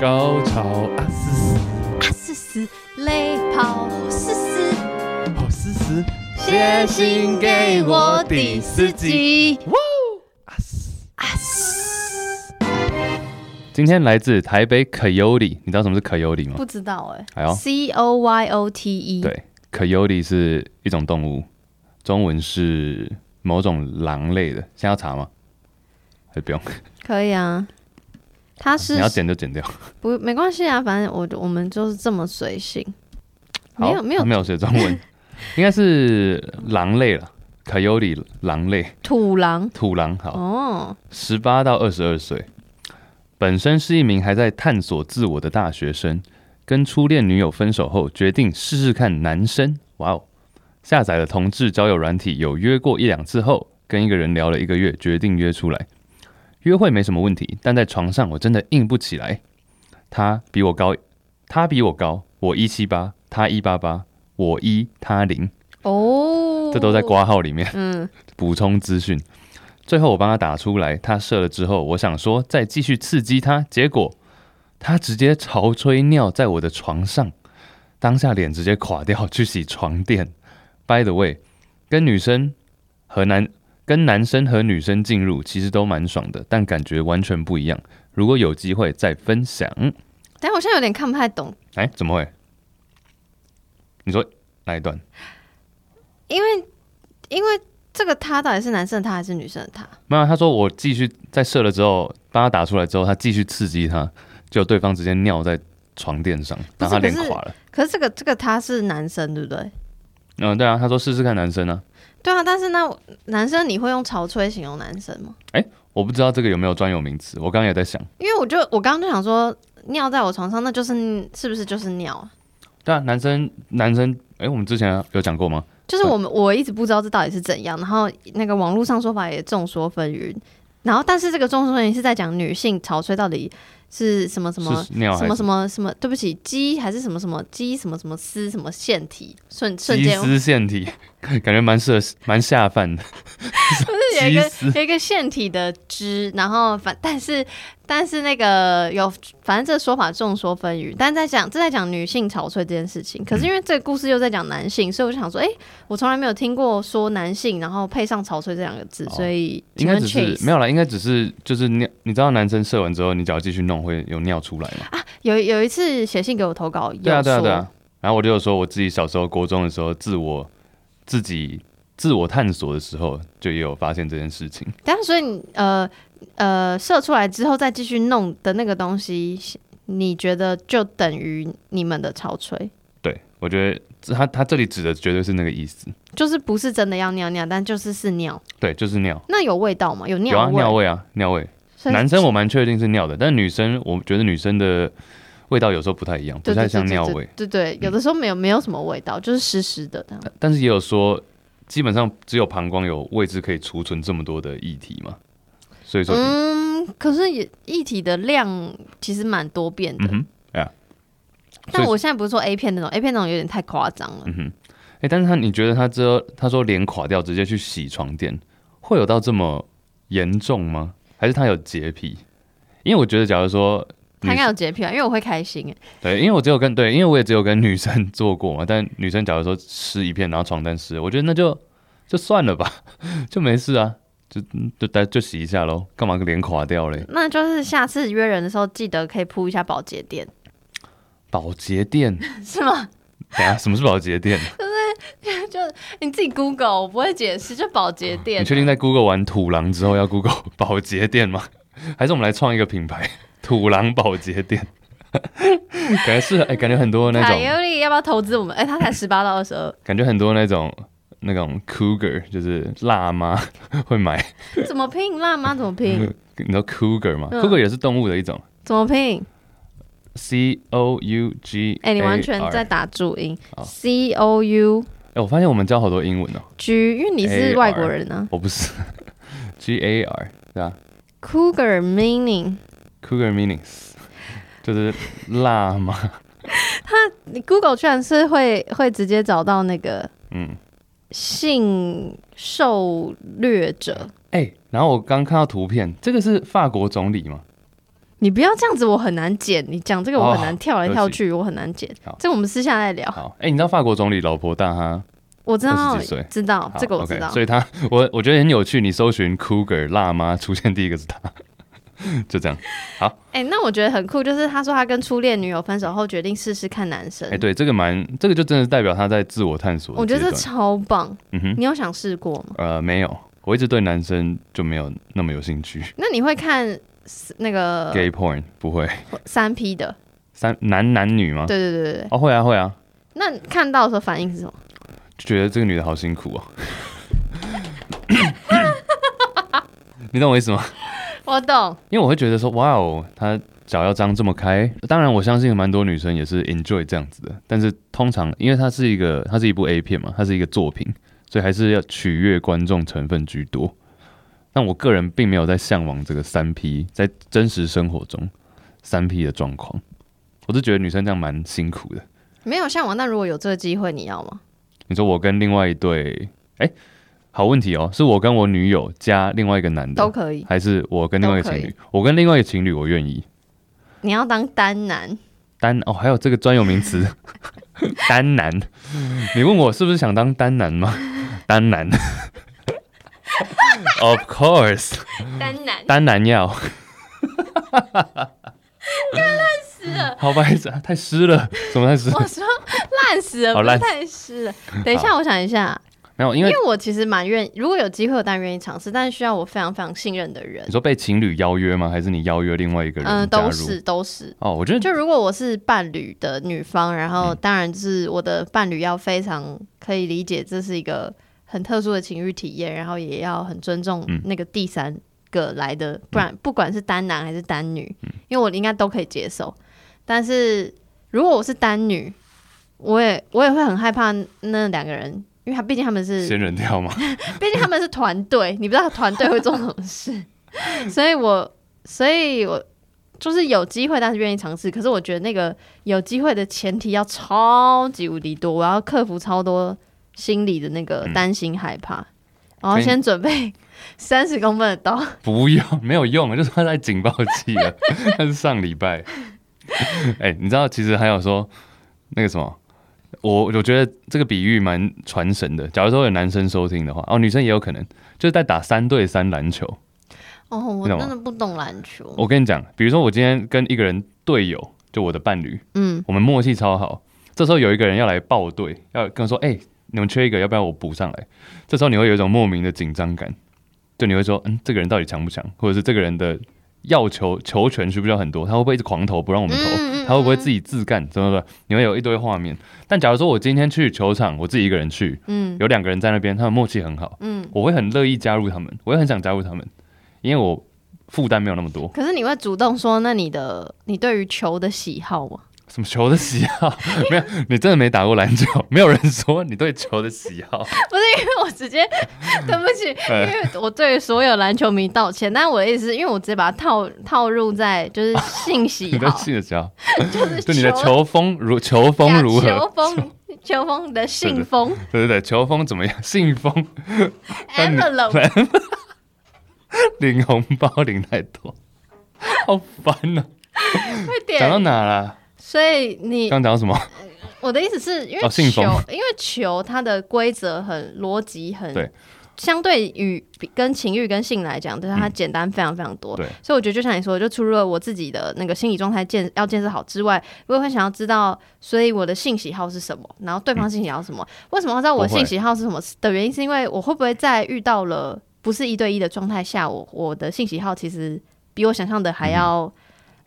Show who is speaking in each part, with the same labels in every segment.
Speaker 1: 高潮啊嘶嘶，
Speaker 2: 啊嘶嘶，泪跑嘶嘶，
Speaker 1: 好嘶嘶，
Speaker 2: 哦写信给我第四集。
Speaker 1: 哇哦啊嘶啊嘶。今天来自台北 Coyote，你知道什么是 Coyote 吗
Speaker 2: 不？知道哎、
Speaker 1: 哎呦
Speaker 2: c O Y O T E，，
Speaker 1: 对，Coyote 是一种动物，中文是某种狼类的。现在要查吗？还是不用？
Speaker 2: 可以啊。它是
Speaker 1: 你要剪就剪掉。
Speaker 2: 不没关系啊，反正我我们就是这么随性，
Speaker 1: 好
Speaker 2: 没有没有
Speaker 1: 没有写中文，应该是狼类了。Coyote 狼类，
Speaker 2: 土狼
Speaker 1: 土狼好。
Speaker 2: 哦，
Speaker 1: 十八到二十二岁，本身是一名还在探索自我的大学生，跟初恋女友分手后，决定试试看男生。哇哦！下载了同志交友软体，有约过一两次后，跟一个人聊了一个月，决定约出来。约会没什么问题，但在床上我真的硬不起来。他比我高，他比我高，我一七八，他一八八，我一他零，
Speaker 2: 哦，
Speaker 1: 这都在挂号里面。
Speaker 2: 嗯，
Speaker 1: 补充资讯。最后我帮他打出来，他射了之后，我想说再继续刺激他，结果他直接潮吹尿在我的床上，当下脸直接垮掉，去洗床垫。By the way，跟女生和男跟男生和女生进入其实都蛮爽的，但感觉完全不一样。如果有机会再分享，
Speaker 2: 但我现在有点看不太懂，
Speaker 1: 哎，怎么会？你说哪一段？
Speaker 2: 因为因为这个他到底是男生的他还是女生的他？
Speaker 1: 没有，他说我继续在射了之后，帮他打出来之后，他继续刺激他，结果对方直接尿在床垫上，
Speaker 2: 不
Speaker 1: 然
Speaker 2: 是
Speaker 1: 后他脸
Speaker 2: 可是
Speaker 1: 垮了。
Speaker 2: 可是这个这个他是男生对不对？
Speaker 1: 嗯，对啊，他说试试看男生啊，
Speaker 2: 对啊，但是那我男生你会用潮吹形容男生吗？
Speaker 1: 我不知道这个有没有专有名词，我刚刚也在想，
Speaker 2: 因为我就我刚刚就想说，尿在我床上，那就是是不是就是尿啊？
Speaker 1: 对啊，男生男生，哎，我们之前有讲过吗？
Speaker 2: 就是我们我一直不知道这到底是怎样，然后那个网络上说法也众说纷纭，然后但是这个众说纷纭是在讲女性潮吹到底是什么什么。
Speaker 1: 是尿
Speaker 2: 什
Speaker 1: 还是
Speaker 2: 么什么什么？对不起，鸡还是什么什么鸡什么什么丝什么腺体？瞬瞬
Speaker 1: 鸡
Speaker 2: 间，
Speaker 1: 丝腺体？ 感觉蛮适合，蛮下饭的。
Speaker 2: 就是有一
Speaker 1: 鸡丝
Speaker 2: 个有一个腺体的汁，然后反但是但是那个有反正这个说法众说纷纭，但在讲这在讲女性潮吹这件事情，
Speaker 1: 嗯
Speaker 2: 可是因为这个故事又在讲男性，所以我就想说，哎、我从来没有听过说男性然后配上潮吹这两个字，
Speaker 1: 哦
Speaker 2: 所以
Speaker 1: 应该只
Speaker 2: 请问
Speaker 1: 是
Speaker 2: Chase-
Speaker 1: 没有啦，应该只是就是尿，你知道男生射完之后，你只要继续弄会有尿出来嘛？
Speaker 2: 啊有有一次写信给我投稿，有
Speaker 1: 对啊，对啊，
Speaker 2: 说
Speaker 1: 对啊。然后我就有说，我自己小时候国中的时候，自我自己自我探索的时候，就也有发现这件事情。
Speaker 2: 但所以你呃呃射出来之后再继续弄的那个东西，你觉得就等于你们的潮吹？
Speaker 1: 对，我觉得这他他这里指的绝对是那个意思。
Speaker 2: 就是不是真的要尿尿，但就是是尿。
Speaker 1: 对，就是尿，
Speaker 2: 那有味道吗？有
Speaker 1: 有
Speaker 2: 尿
Speaker 1: 啊，
Speaker 2: 味？
Speaker 1: 尿味啊，尿味。
Speaker 2: 所以
Speaker 1: 男生我蛮确定是尿的，但女生我觉得女生的味道有时候不太一样，不
Speaker 2: 对
Speaker 1: 太像尿味。。嗯
Speaker 2: 对对对对对，有的时候没有没有什么味道，就是湿湿的这样。
Speaker 1: 但是也有说，基本上只有膀胱有位置可以储存这么多的液体嘛，所以说，嗯
Speaker 2: 嗯，可是也液体的量其实蛮多变的。
Speaker 1: 嗯哼，
Speaker 2: 但我现在不是说 A 片那种，A 片那种有点太夸张了。
Speaker 1: 嗯哼，哎、但是他你觉得他之后他说脸垮掉，直接去洗床垫，会有到这么严重吗？还是他有洁癖？因为我觉得，假如说
Speaker 2: 他应
Speaker 1: 女
Speaker 2: 该
Speaker 1: 生
Speaker 2: 有洁癖吧？啊因为我会开心哎。
Speaker 1: 对，因为我只有跟对，因为我也只有跟女生做过嘛， 但女生假如说湿一片，然后床单湿了，我觉得那就就算了吧， 就没事啊，就就就就洗一下喽，干嘛脸垮掉嘞？
Speaker 2: 那就是下次约人的时候，记得可以铺一下保洁垫，
Speaker 1: 保洁垫，
Speaker 2: 是吗？
Speaker 1: 等一下什么是保洁垫？
Speaker 2: 就你自己 Google，我不会解释，就保洁
Speaker 1: 哦
Speaker 2: 垫
Speaker 1: 你。确定在 Google 完土狼之后要 Google 保洁店吗？还是我们来创一个品牌“土狼保洁店”？感觉是哎、感觉很多那
Speaker 2: 凯
Speaker 1: 种，
Speaker 2: 尤里要不要投资我们？哎、他才十八到二十二，
Speaker 1: 感觉很多那种那种 cougar，就是辣妈会买，
Speaker 2: 怎么拼？辣妈怎么拼？
Speaker 1: 你知道 cougar 吗、
Speaker 2: 嗯
Speaker 1: c o u g a r 也是动物的一种
Speaker 2: 怎么拼？
Speaker 1: ，C O U G A
Speaker 2: 哎、
Speaker 1: R。
Speaker 2: 你完全在打注音
Speaker 1: 好
Speaker 2: ，C O U
Speaker 1: 哎、我发现我们教好多英文哦，
Speaker 2: G，因为你
Speaker 1: A R
Speaker 2: 是外国人啊。
Speaker 1: 我不是 G A R 对吧
Speaker 2: Cougar meaning，
Speaker 1: ？cougar meanings 就是辣妈，
Speaker 2: 你 Google 居然是会会直接找到那个
Speaker 1: 嗯。
Speaker 2: 性狩掠者，
Speaker 1: 哎、然后我刚看到图片，这个是法国总理吗？
Speaker 2: 你不要这样子，我很难剪。你讲这个我很难
Speaker 1: 哦
Speaker 2: 跳来跳去，我很难剪
Speaker 1: 好。
Speaker 2: 这我们私下再聊。
Speaker 1: 好，哎、你知道法国总理老婆大哈？
Speaker 2: 我知道
Speaker 1: 二十几岁，
Speaker 2: 知道
Speaker 1: 好
Speaker 2: 这个我知
Speaker 1: OK，
Speaker 2: 道。
Speaker 1: 所以他我我觉得很有趣。你搜寻 cougar 辣妈， 出现第一个是他，就这样。
Speaker 2: 哎、那我觉得很酷，就是他说他跟初恋女友分手后决定试试看男生。
Speaker 1: 哎、对，这个蛮，这个就真的代表他在自我探索的
Speaker 2: 我觉
Speaker 1: 阶
Speaker 2: 得这
Speaker 1: 段。
Speaker 2: 超棒。
Speaker 1: 嗯哼，
Speaker 2: 你有想试过吗？
Speaker 1: 呃，没有，我一直对男生就没有那么有兴趣。
Speaker 2: 那你会看 s- 那个
Speaker 1: Gay porn 不会，
Speaker 2: 三 P 的？
Speaker 1: 啊三男男女吗？
Speaker 2: 对对对对对。
Speaker 1: 哦，会啊会啊，
Speaker 2: 那你看到的时候反应是什么？
Speaker 1: 就觉得这个女的好辛苦哦。 你懂我意思吗？
Speaker 2: 我懂，
Speaker 1: 因为我会觉得说，哇哦，她脚要张这么开。当然，我相信蛮多女生也是 enjoy 这样子的，但是通常因为它是一个，它是一部 A 片嘛，它是一个作品，所以还是要取悦观众成分居多。但我个人并没有在向往这个三 P，在真实生活中三 P 的状况，我是觉得女生这样蛮辛苦的。
Speaker 2: 没有向往。那如果有这个机会，你要吗？
Speaker 1: 你说我跟另外一对，哎、好问题哦，是我跟我女友加另外一个男
Speaker 2: 都
Speaker 1: 的，
Speaker 2: 可以。
Speaker 1: 还是我跟另外一个情
Speaker 2: 都可
Speaker 1: 侣？我跟另外一个情侣，我愿意。
Speaker 2: 你要当单男，
Speaker 1: 单哦，还有这个专有名词， 单男。你问我是不是想当单男吗？单男，Of course，
Speaker 2: 单男
Speaker 1: 单男要。好白痴啊，太湿了，什么太湿？
Speaker 2: 我说烂死了，
Speaker 1: 好
Speaker 2: 不
Speaker 1: 烂
Speaker 2: 是 太湿了。等一下，我想一下，
Speaker 1: 没有，因
Speaker 2: 因
Speaker 1: 为
Speaker 2: 为我其实蛮愿，如果有机会，我当然愿意尝试，但是需要我非常非常信任的人
Speaker 1: 你。说被情侣邀约吗？还是你邀约另外一个人加入？
Speaker 2: 嗯，都是都是。
Speaker 1: 哦，我觉得
Speaker 2: 就如果我是伴侣的女方，然后当然是我的伴侣要非常可以理解这是一个很特殊的情欲体验，然后也要很尊重
Speaker 1: 嗯
Speaker 2: 那个第三个来的，不然不管是单男还是单女，因为我应该都可以接受。但是如果我是单女，我也我也会很害怕那两个人，因为他毕竟他们是
Speaker 1: 仙人跳吗？
Speaker 2: 毕竟他们是团队，你不知道团队会做什么事，所以我，所以我就是有机会，但是愿意尝试。可是我觉得那个有机会的前提要超级无敌多，我要克服超多心里的那个担心、害怕，然后
Speaker 1: 可以
Speaker 2: 先准备 三十公分的刀。
Speaker 1: 不用，没有用，就是他在警报器了。但是上礼拜， 哎、你知道，其实还有说那个什么，我我觉得这个比喻蛮传神的。假如说有男生收听的话，哦，女生也有可能，就是在打三对三篮球。
Speaker 2: 哦，我
Speaker 1: 你懂
Speaker 2: 真
Speaker 1: 吗
Speaker 2: 的不懂篮球。
Speaker 1: 我跟你讲，比如说我今天跟一个人队友，就我的伴侣，
Speaker 2: 嗯，
Speaker 1: 我们默契超好。这时候有一个人要来报队，要跟我说：“哎、你们缺一个，要不要我补上来？”这时候你会有一种莫名的紧张感，就你会说：“嗯，这个人到底强不强？或者是这个人的要求球权需不需要很多？他会不会一直狂投不让我们投？
Speaker 2: 嗯嗯嗯
Speaker 1: 他会不会自己自干？怎么的？你会有一堆画面。但假如说我今天去球场，我自己一个人去，
Speaker 2: 嗯
Speaker 1: 有两个人在那边，他们默契很好，
Speaker 2: 嗯。
Speaker 1: 我会很乐意加入他们，我也很想加入他们，因为我负担没有那么多。
Speaker 2: 可是你会主动说，那你的你对于球的喜好吗？
Speaker 1: 什么球的喜好？ 没有，你真的没打过篮球，没有人说你对球的喜好。
Speaker 2: 因为我 直接对不起，
Speaker 1: 呃
Speaker 2: 因为我对所有篮球迷道歉，但我的意思是，因为我直接把它套套入在就是性 喜
Speaker 1: 你对
Speaker 2: 好，
Speaker 1: 性的喜好，
Speaker 2: 就是
Speaker 1: 就你的
Speaker 2: 球
Speaker 1: 球风如球风如
Speaker 2: 呀
Speaker 1: 何？
Speaker 2: 球风，球风的性风
Speaker 1: 对对对，球风怎么样？信风 但你
Speaker 2: ，envelope，
Speaker 1: 领红包领太多， 好烦呐、
Speaker 2: 快
Speaker 1: 讲到
Speaker 2: 点。
Speaker 1: 哪啦？
Speaker 2: 所以你
Speaker 1: 刚讲到什么？
Speaker 2: 我的意思是因为
Speaker 1: 哦信
Speaker 2: 球，
Speaker 1: 封
Speaker 2: 因为球它的规则很逻辑很
Speaker 1: 对
Speaker 2: 相对于比跟情欲跟性来讲，就是它简单非常非常多。
Speaker 1: 对
Speaker 2: 所以我觉得就像你说，就除了我自己的那个心理状态建要建设好之外，我也会想要知道，所以我的性喜好是什么，然后对方性喜好是什么。
Speaker 1: 嗯
Speaker 2: 为什么要知道我
Speaker 1: 不会
Speaker 2: 性喜好是什么的原因，是因为我会不会在遇到了不是一对一的状态下，我我的性喜好其实比我想象的还要、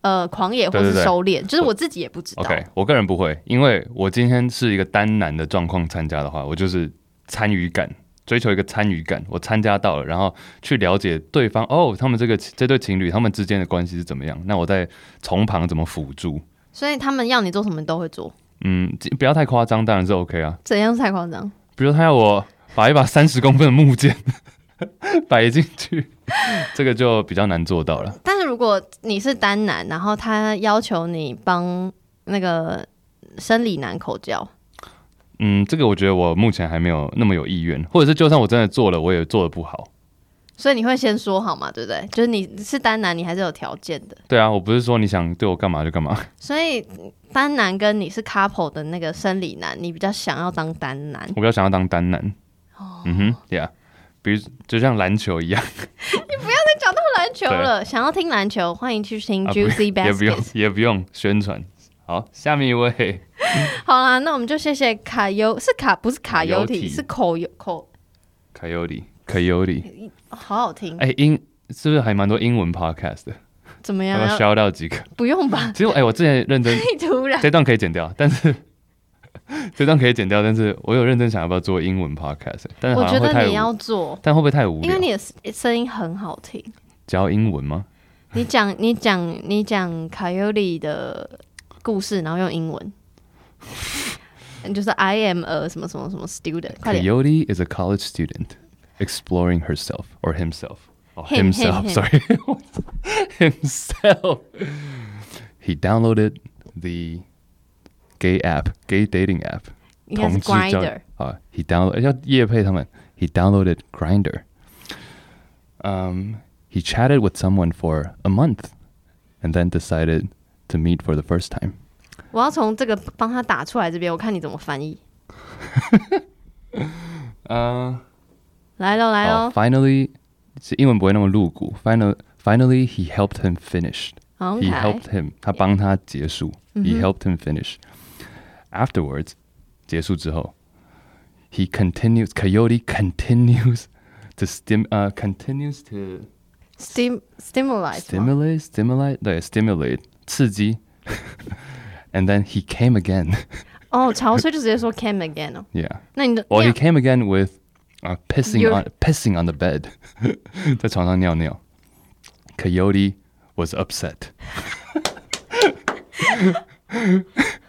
Speaker 2: 呃狂野或
Speaker 1: 嗯对
Speaker 2: 是
Speaker 1: 对对
Speaker 2: 收敛，就是我自己也不知道。
Speaker 1: OK，我个人不会，因为我今天是一个单男的状况参加的话，我就是参与感，追求一个参与感。我参加到了，然后去了解对方哦，他们这个这对情侣他们之间的关系是怎么样，那我在从旁怎么辅助？
Speaker 2: 所以他们要你做什么你都会做。
Speaker 1: 嗯，这不要太夸张，当然是 OK 啊。
Speaker 2: 怎样是太夸张？
Speaker 1: 比如他要我把一把三十公分的木剑 摆进去，这个就比较难做到了。
Speaker 2: 但是如果你是单男，然后他要求你帮那个生理男口交，
Speaker 1: 嗯，这个我觉得我目前还没有那么有意愿，或者是就算我真的做了，我也做的不好。
Speaker 2: 所以你会先说好嘛，对不对？就是你是单男，你还是有条件的。
Speaker 1: 对啊，我不是说你想对我干嘛就干嘛，
Speaker 2: 所以单男跟你是 couple 的那个生理男，你比较想要当单男
Speaker 1: 我，比较想要当单男。嗯哼，Yeah，比如就像篮球一样，
Speaker 2: 篮球了，想要听篮球，欢迎去听
Speaker 1: 啊不
Speaker 2: Juicy
Speaker 1: 也不
Speaker 2: Basket
Speaker 1: 用。也不用宣传。好，下面一位
Speaker 2: 好啦，那我们就谢谢卡尤，是卡不是卡尤
Speaker 1: 卡尤
Speaker 2: 体，
Speaker 1: 提
Speaker 2: 是口尤口，
Speaker 1: Coyote Coyote，
Speaker 2: 好好听。
Speaker 1: 哎、英是不是还蛮多英文 podcast 的？
Speaker 2: 怎么
Speaker 1: 要
Speaker 2: 样
Speaker 1: 不？要 shout out 几个？
Speaker 2: 不 用吧？
Speaker 1: 其实我哎、我之前认真
Speaker 2: 太突 然。
Speaker 1: 这段可以剪掉，但是这段可以剪掉，但是我有认真想要不要做英文 podcast，但是
Speaker 2: 我
Speaker 1: 好
Speaker 2: 觉
Speaker 1: 像会
Speaker 2: 得
Speaker 1: 太无
Speaker 2: 你，要做，
Speaker 1: 但会不会太无
Speaker 2: 因
Speaker 1: 聊？
Speaker 2: 为你的声声音很好听。
Speaker 1: 教英文吗？
Speaker 2: 你讲，你讲，你讲卡尤里的故事，然后用英文，你就是 I am a 什么什么什么 student，快点
Speaker 1: Coyote is a college student exploring herself or himself. Oh,
Speaker 2: Him, him,
Speaker 1: himself,
Speaker 2: him.
Speaker 1: sorry. himself. He downloaded the gay app, gay dating app.
Speaker 2: 应该是 Grinder。
Speaker 1: 啊，He download 要夜配他们，He downloaded Grinder. Um, he chatted with someone for a month, and then decided to meet for the first time.
Speaker 2: 我要从这个帮他打出来这边，我看你怎么翻译。
Speaker 1: 嗯、
Speaker 2: 来喽，来喽，
Speaker 1: Oh, Finally，是英文不会那么露骨。Final, finally, he helped him finish.
Speaker 2: o
Speaker 1: He
Speaker 2: k
Speaker 1: helped him. 他帮他结束。He helped him finish. Afterwards，结束之后，he continues. Coyote continues to stim 呃、continues to
Speaker 2: Stim stimulate 吗
Speaker 1: stimulate stimulate 对 stimulate 刺激。And then he came again.
Speaker 2: 哦，潮吹就直接说 came again 哦。
Speaker 1: Yeah.
Speaker 2: 那你的
Speaker 1: Well,
Speaker 2: 那
Speaker 1: he came again with uh, pissing
Speaker 2: You're-
Speaker 1: on pissing on the bed. 在床上尿尿. Coyote was upset.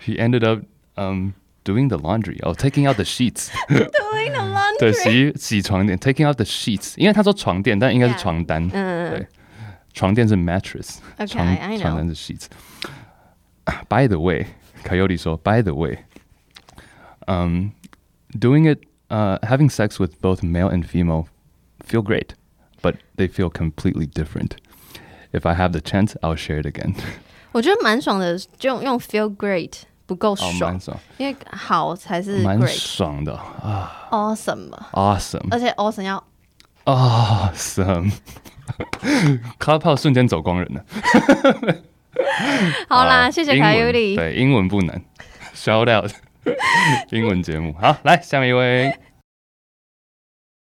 Speaker 1: he ended up um, doing the laundry. Oh, taking out the sheets.
Speaker 2: doing
Speaker 1: 嗯
Speaker 2: the laundry，
Speaker 1: 对，洗洗床垫，taking out the sheets，因为他说床垫，但应该是
Speaker 2: Yeah.
Speaker 1: 床单。
Speaker 2: 嗯，嗯，嗯。
Speaker 1: 对，床垫是 mattress，
Speaker 2: Okay,
Speaker 1: 床
Speaker 2: I know.
Speaker 1: 床单是 sheets。By the way，Coyote 说，By the way, um, doing it, uh, having sex with both male and female feel great, but they feel completely different. If I have the chance, I'll share it again.
Speaker 2: 我觉得蛮爽的，就用用 feel great 不够爽，因为好才
Speaker 1: 哦
Speaker 2: 是 great
Speaker 1: 哦，蛮爽，蛮爽的，awesome，awesome。
Speaker 2: awesome 啊嘛，而且 awesome 要
Speaker 1: awesome. Clubhouse 瞬间走光人了。
Speaker 2: 好啦，
Speaker 1: 啊
Speaker 2: 谢谢
Speaker 1: 英
Speaker 2: 卡
Speaker 1: 文
Speaker 2: 尤 里。
Speaker 1: 对，英文不难，shout out 英文节目。好，来下面一位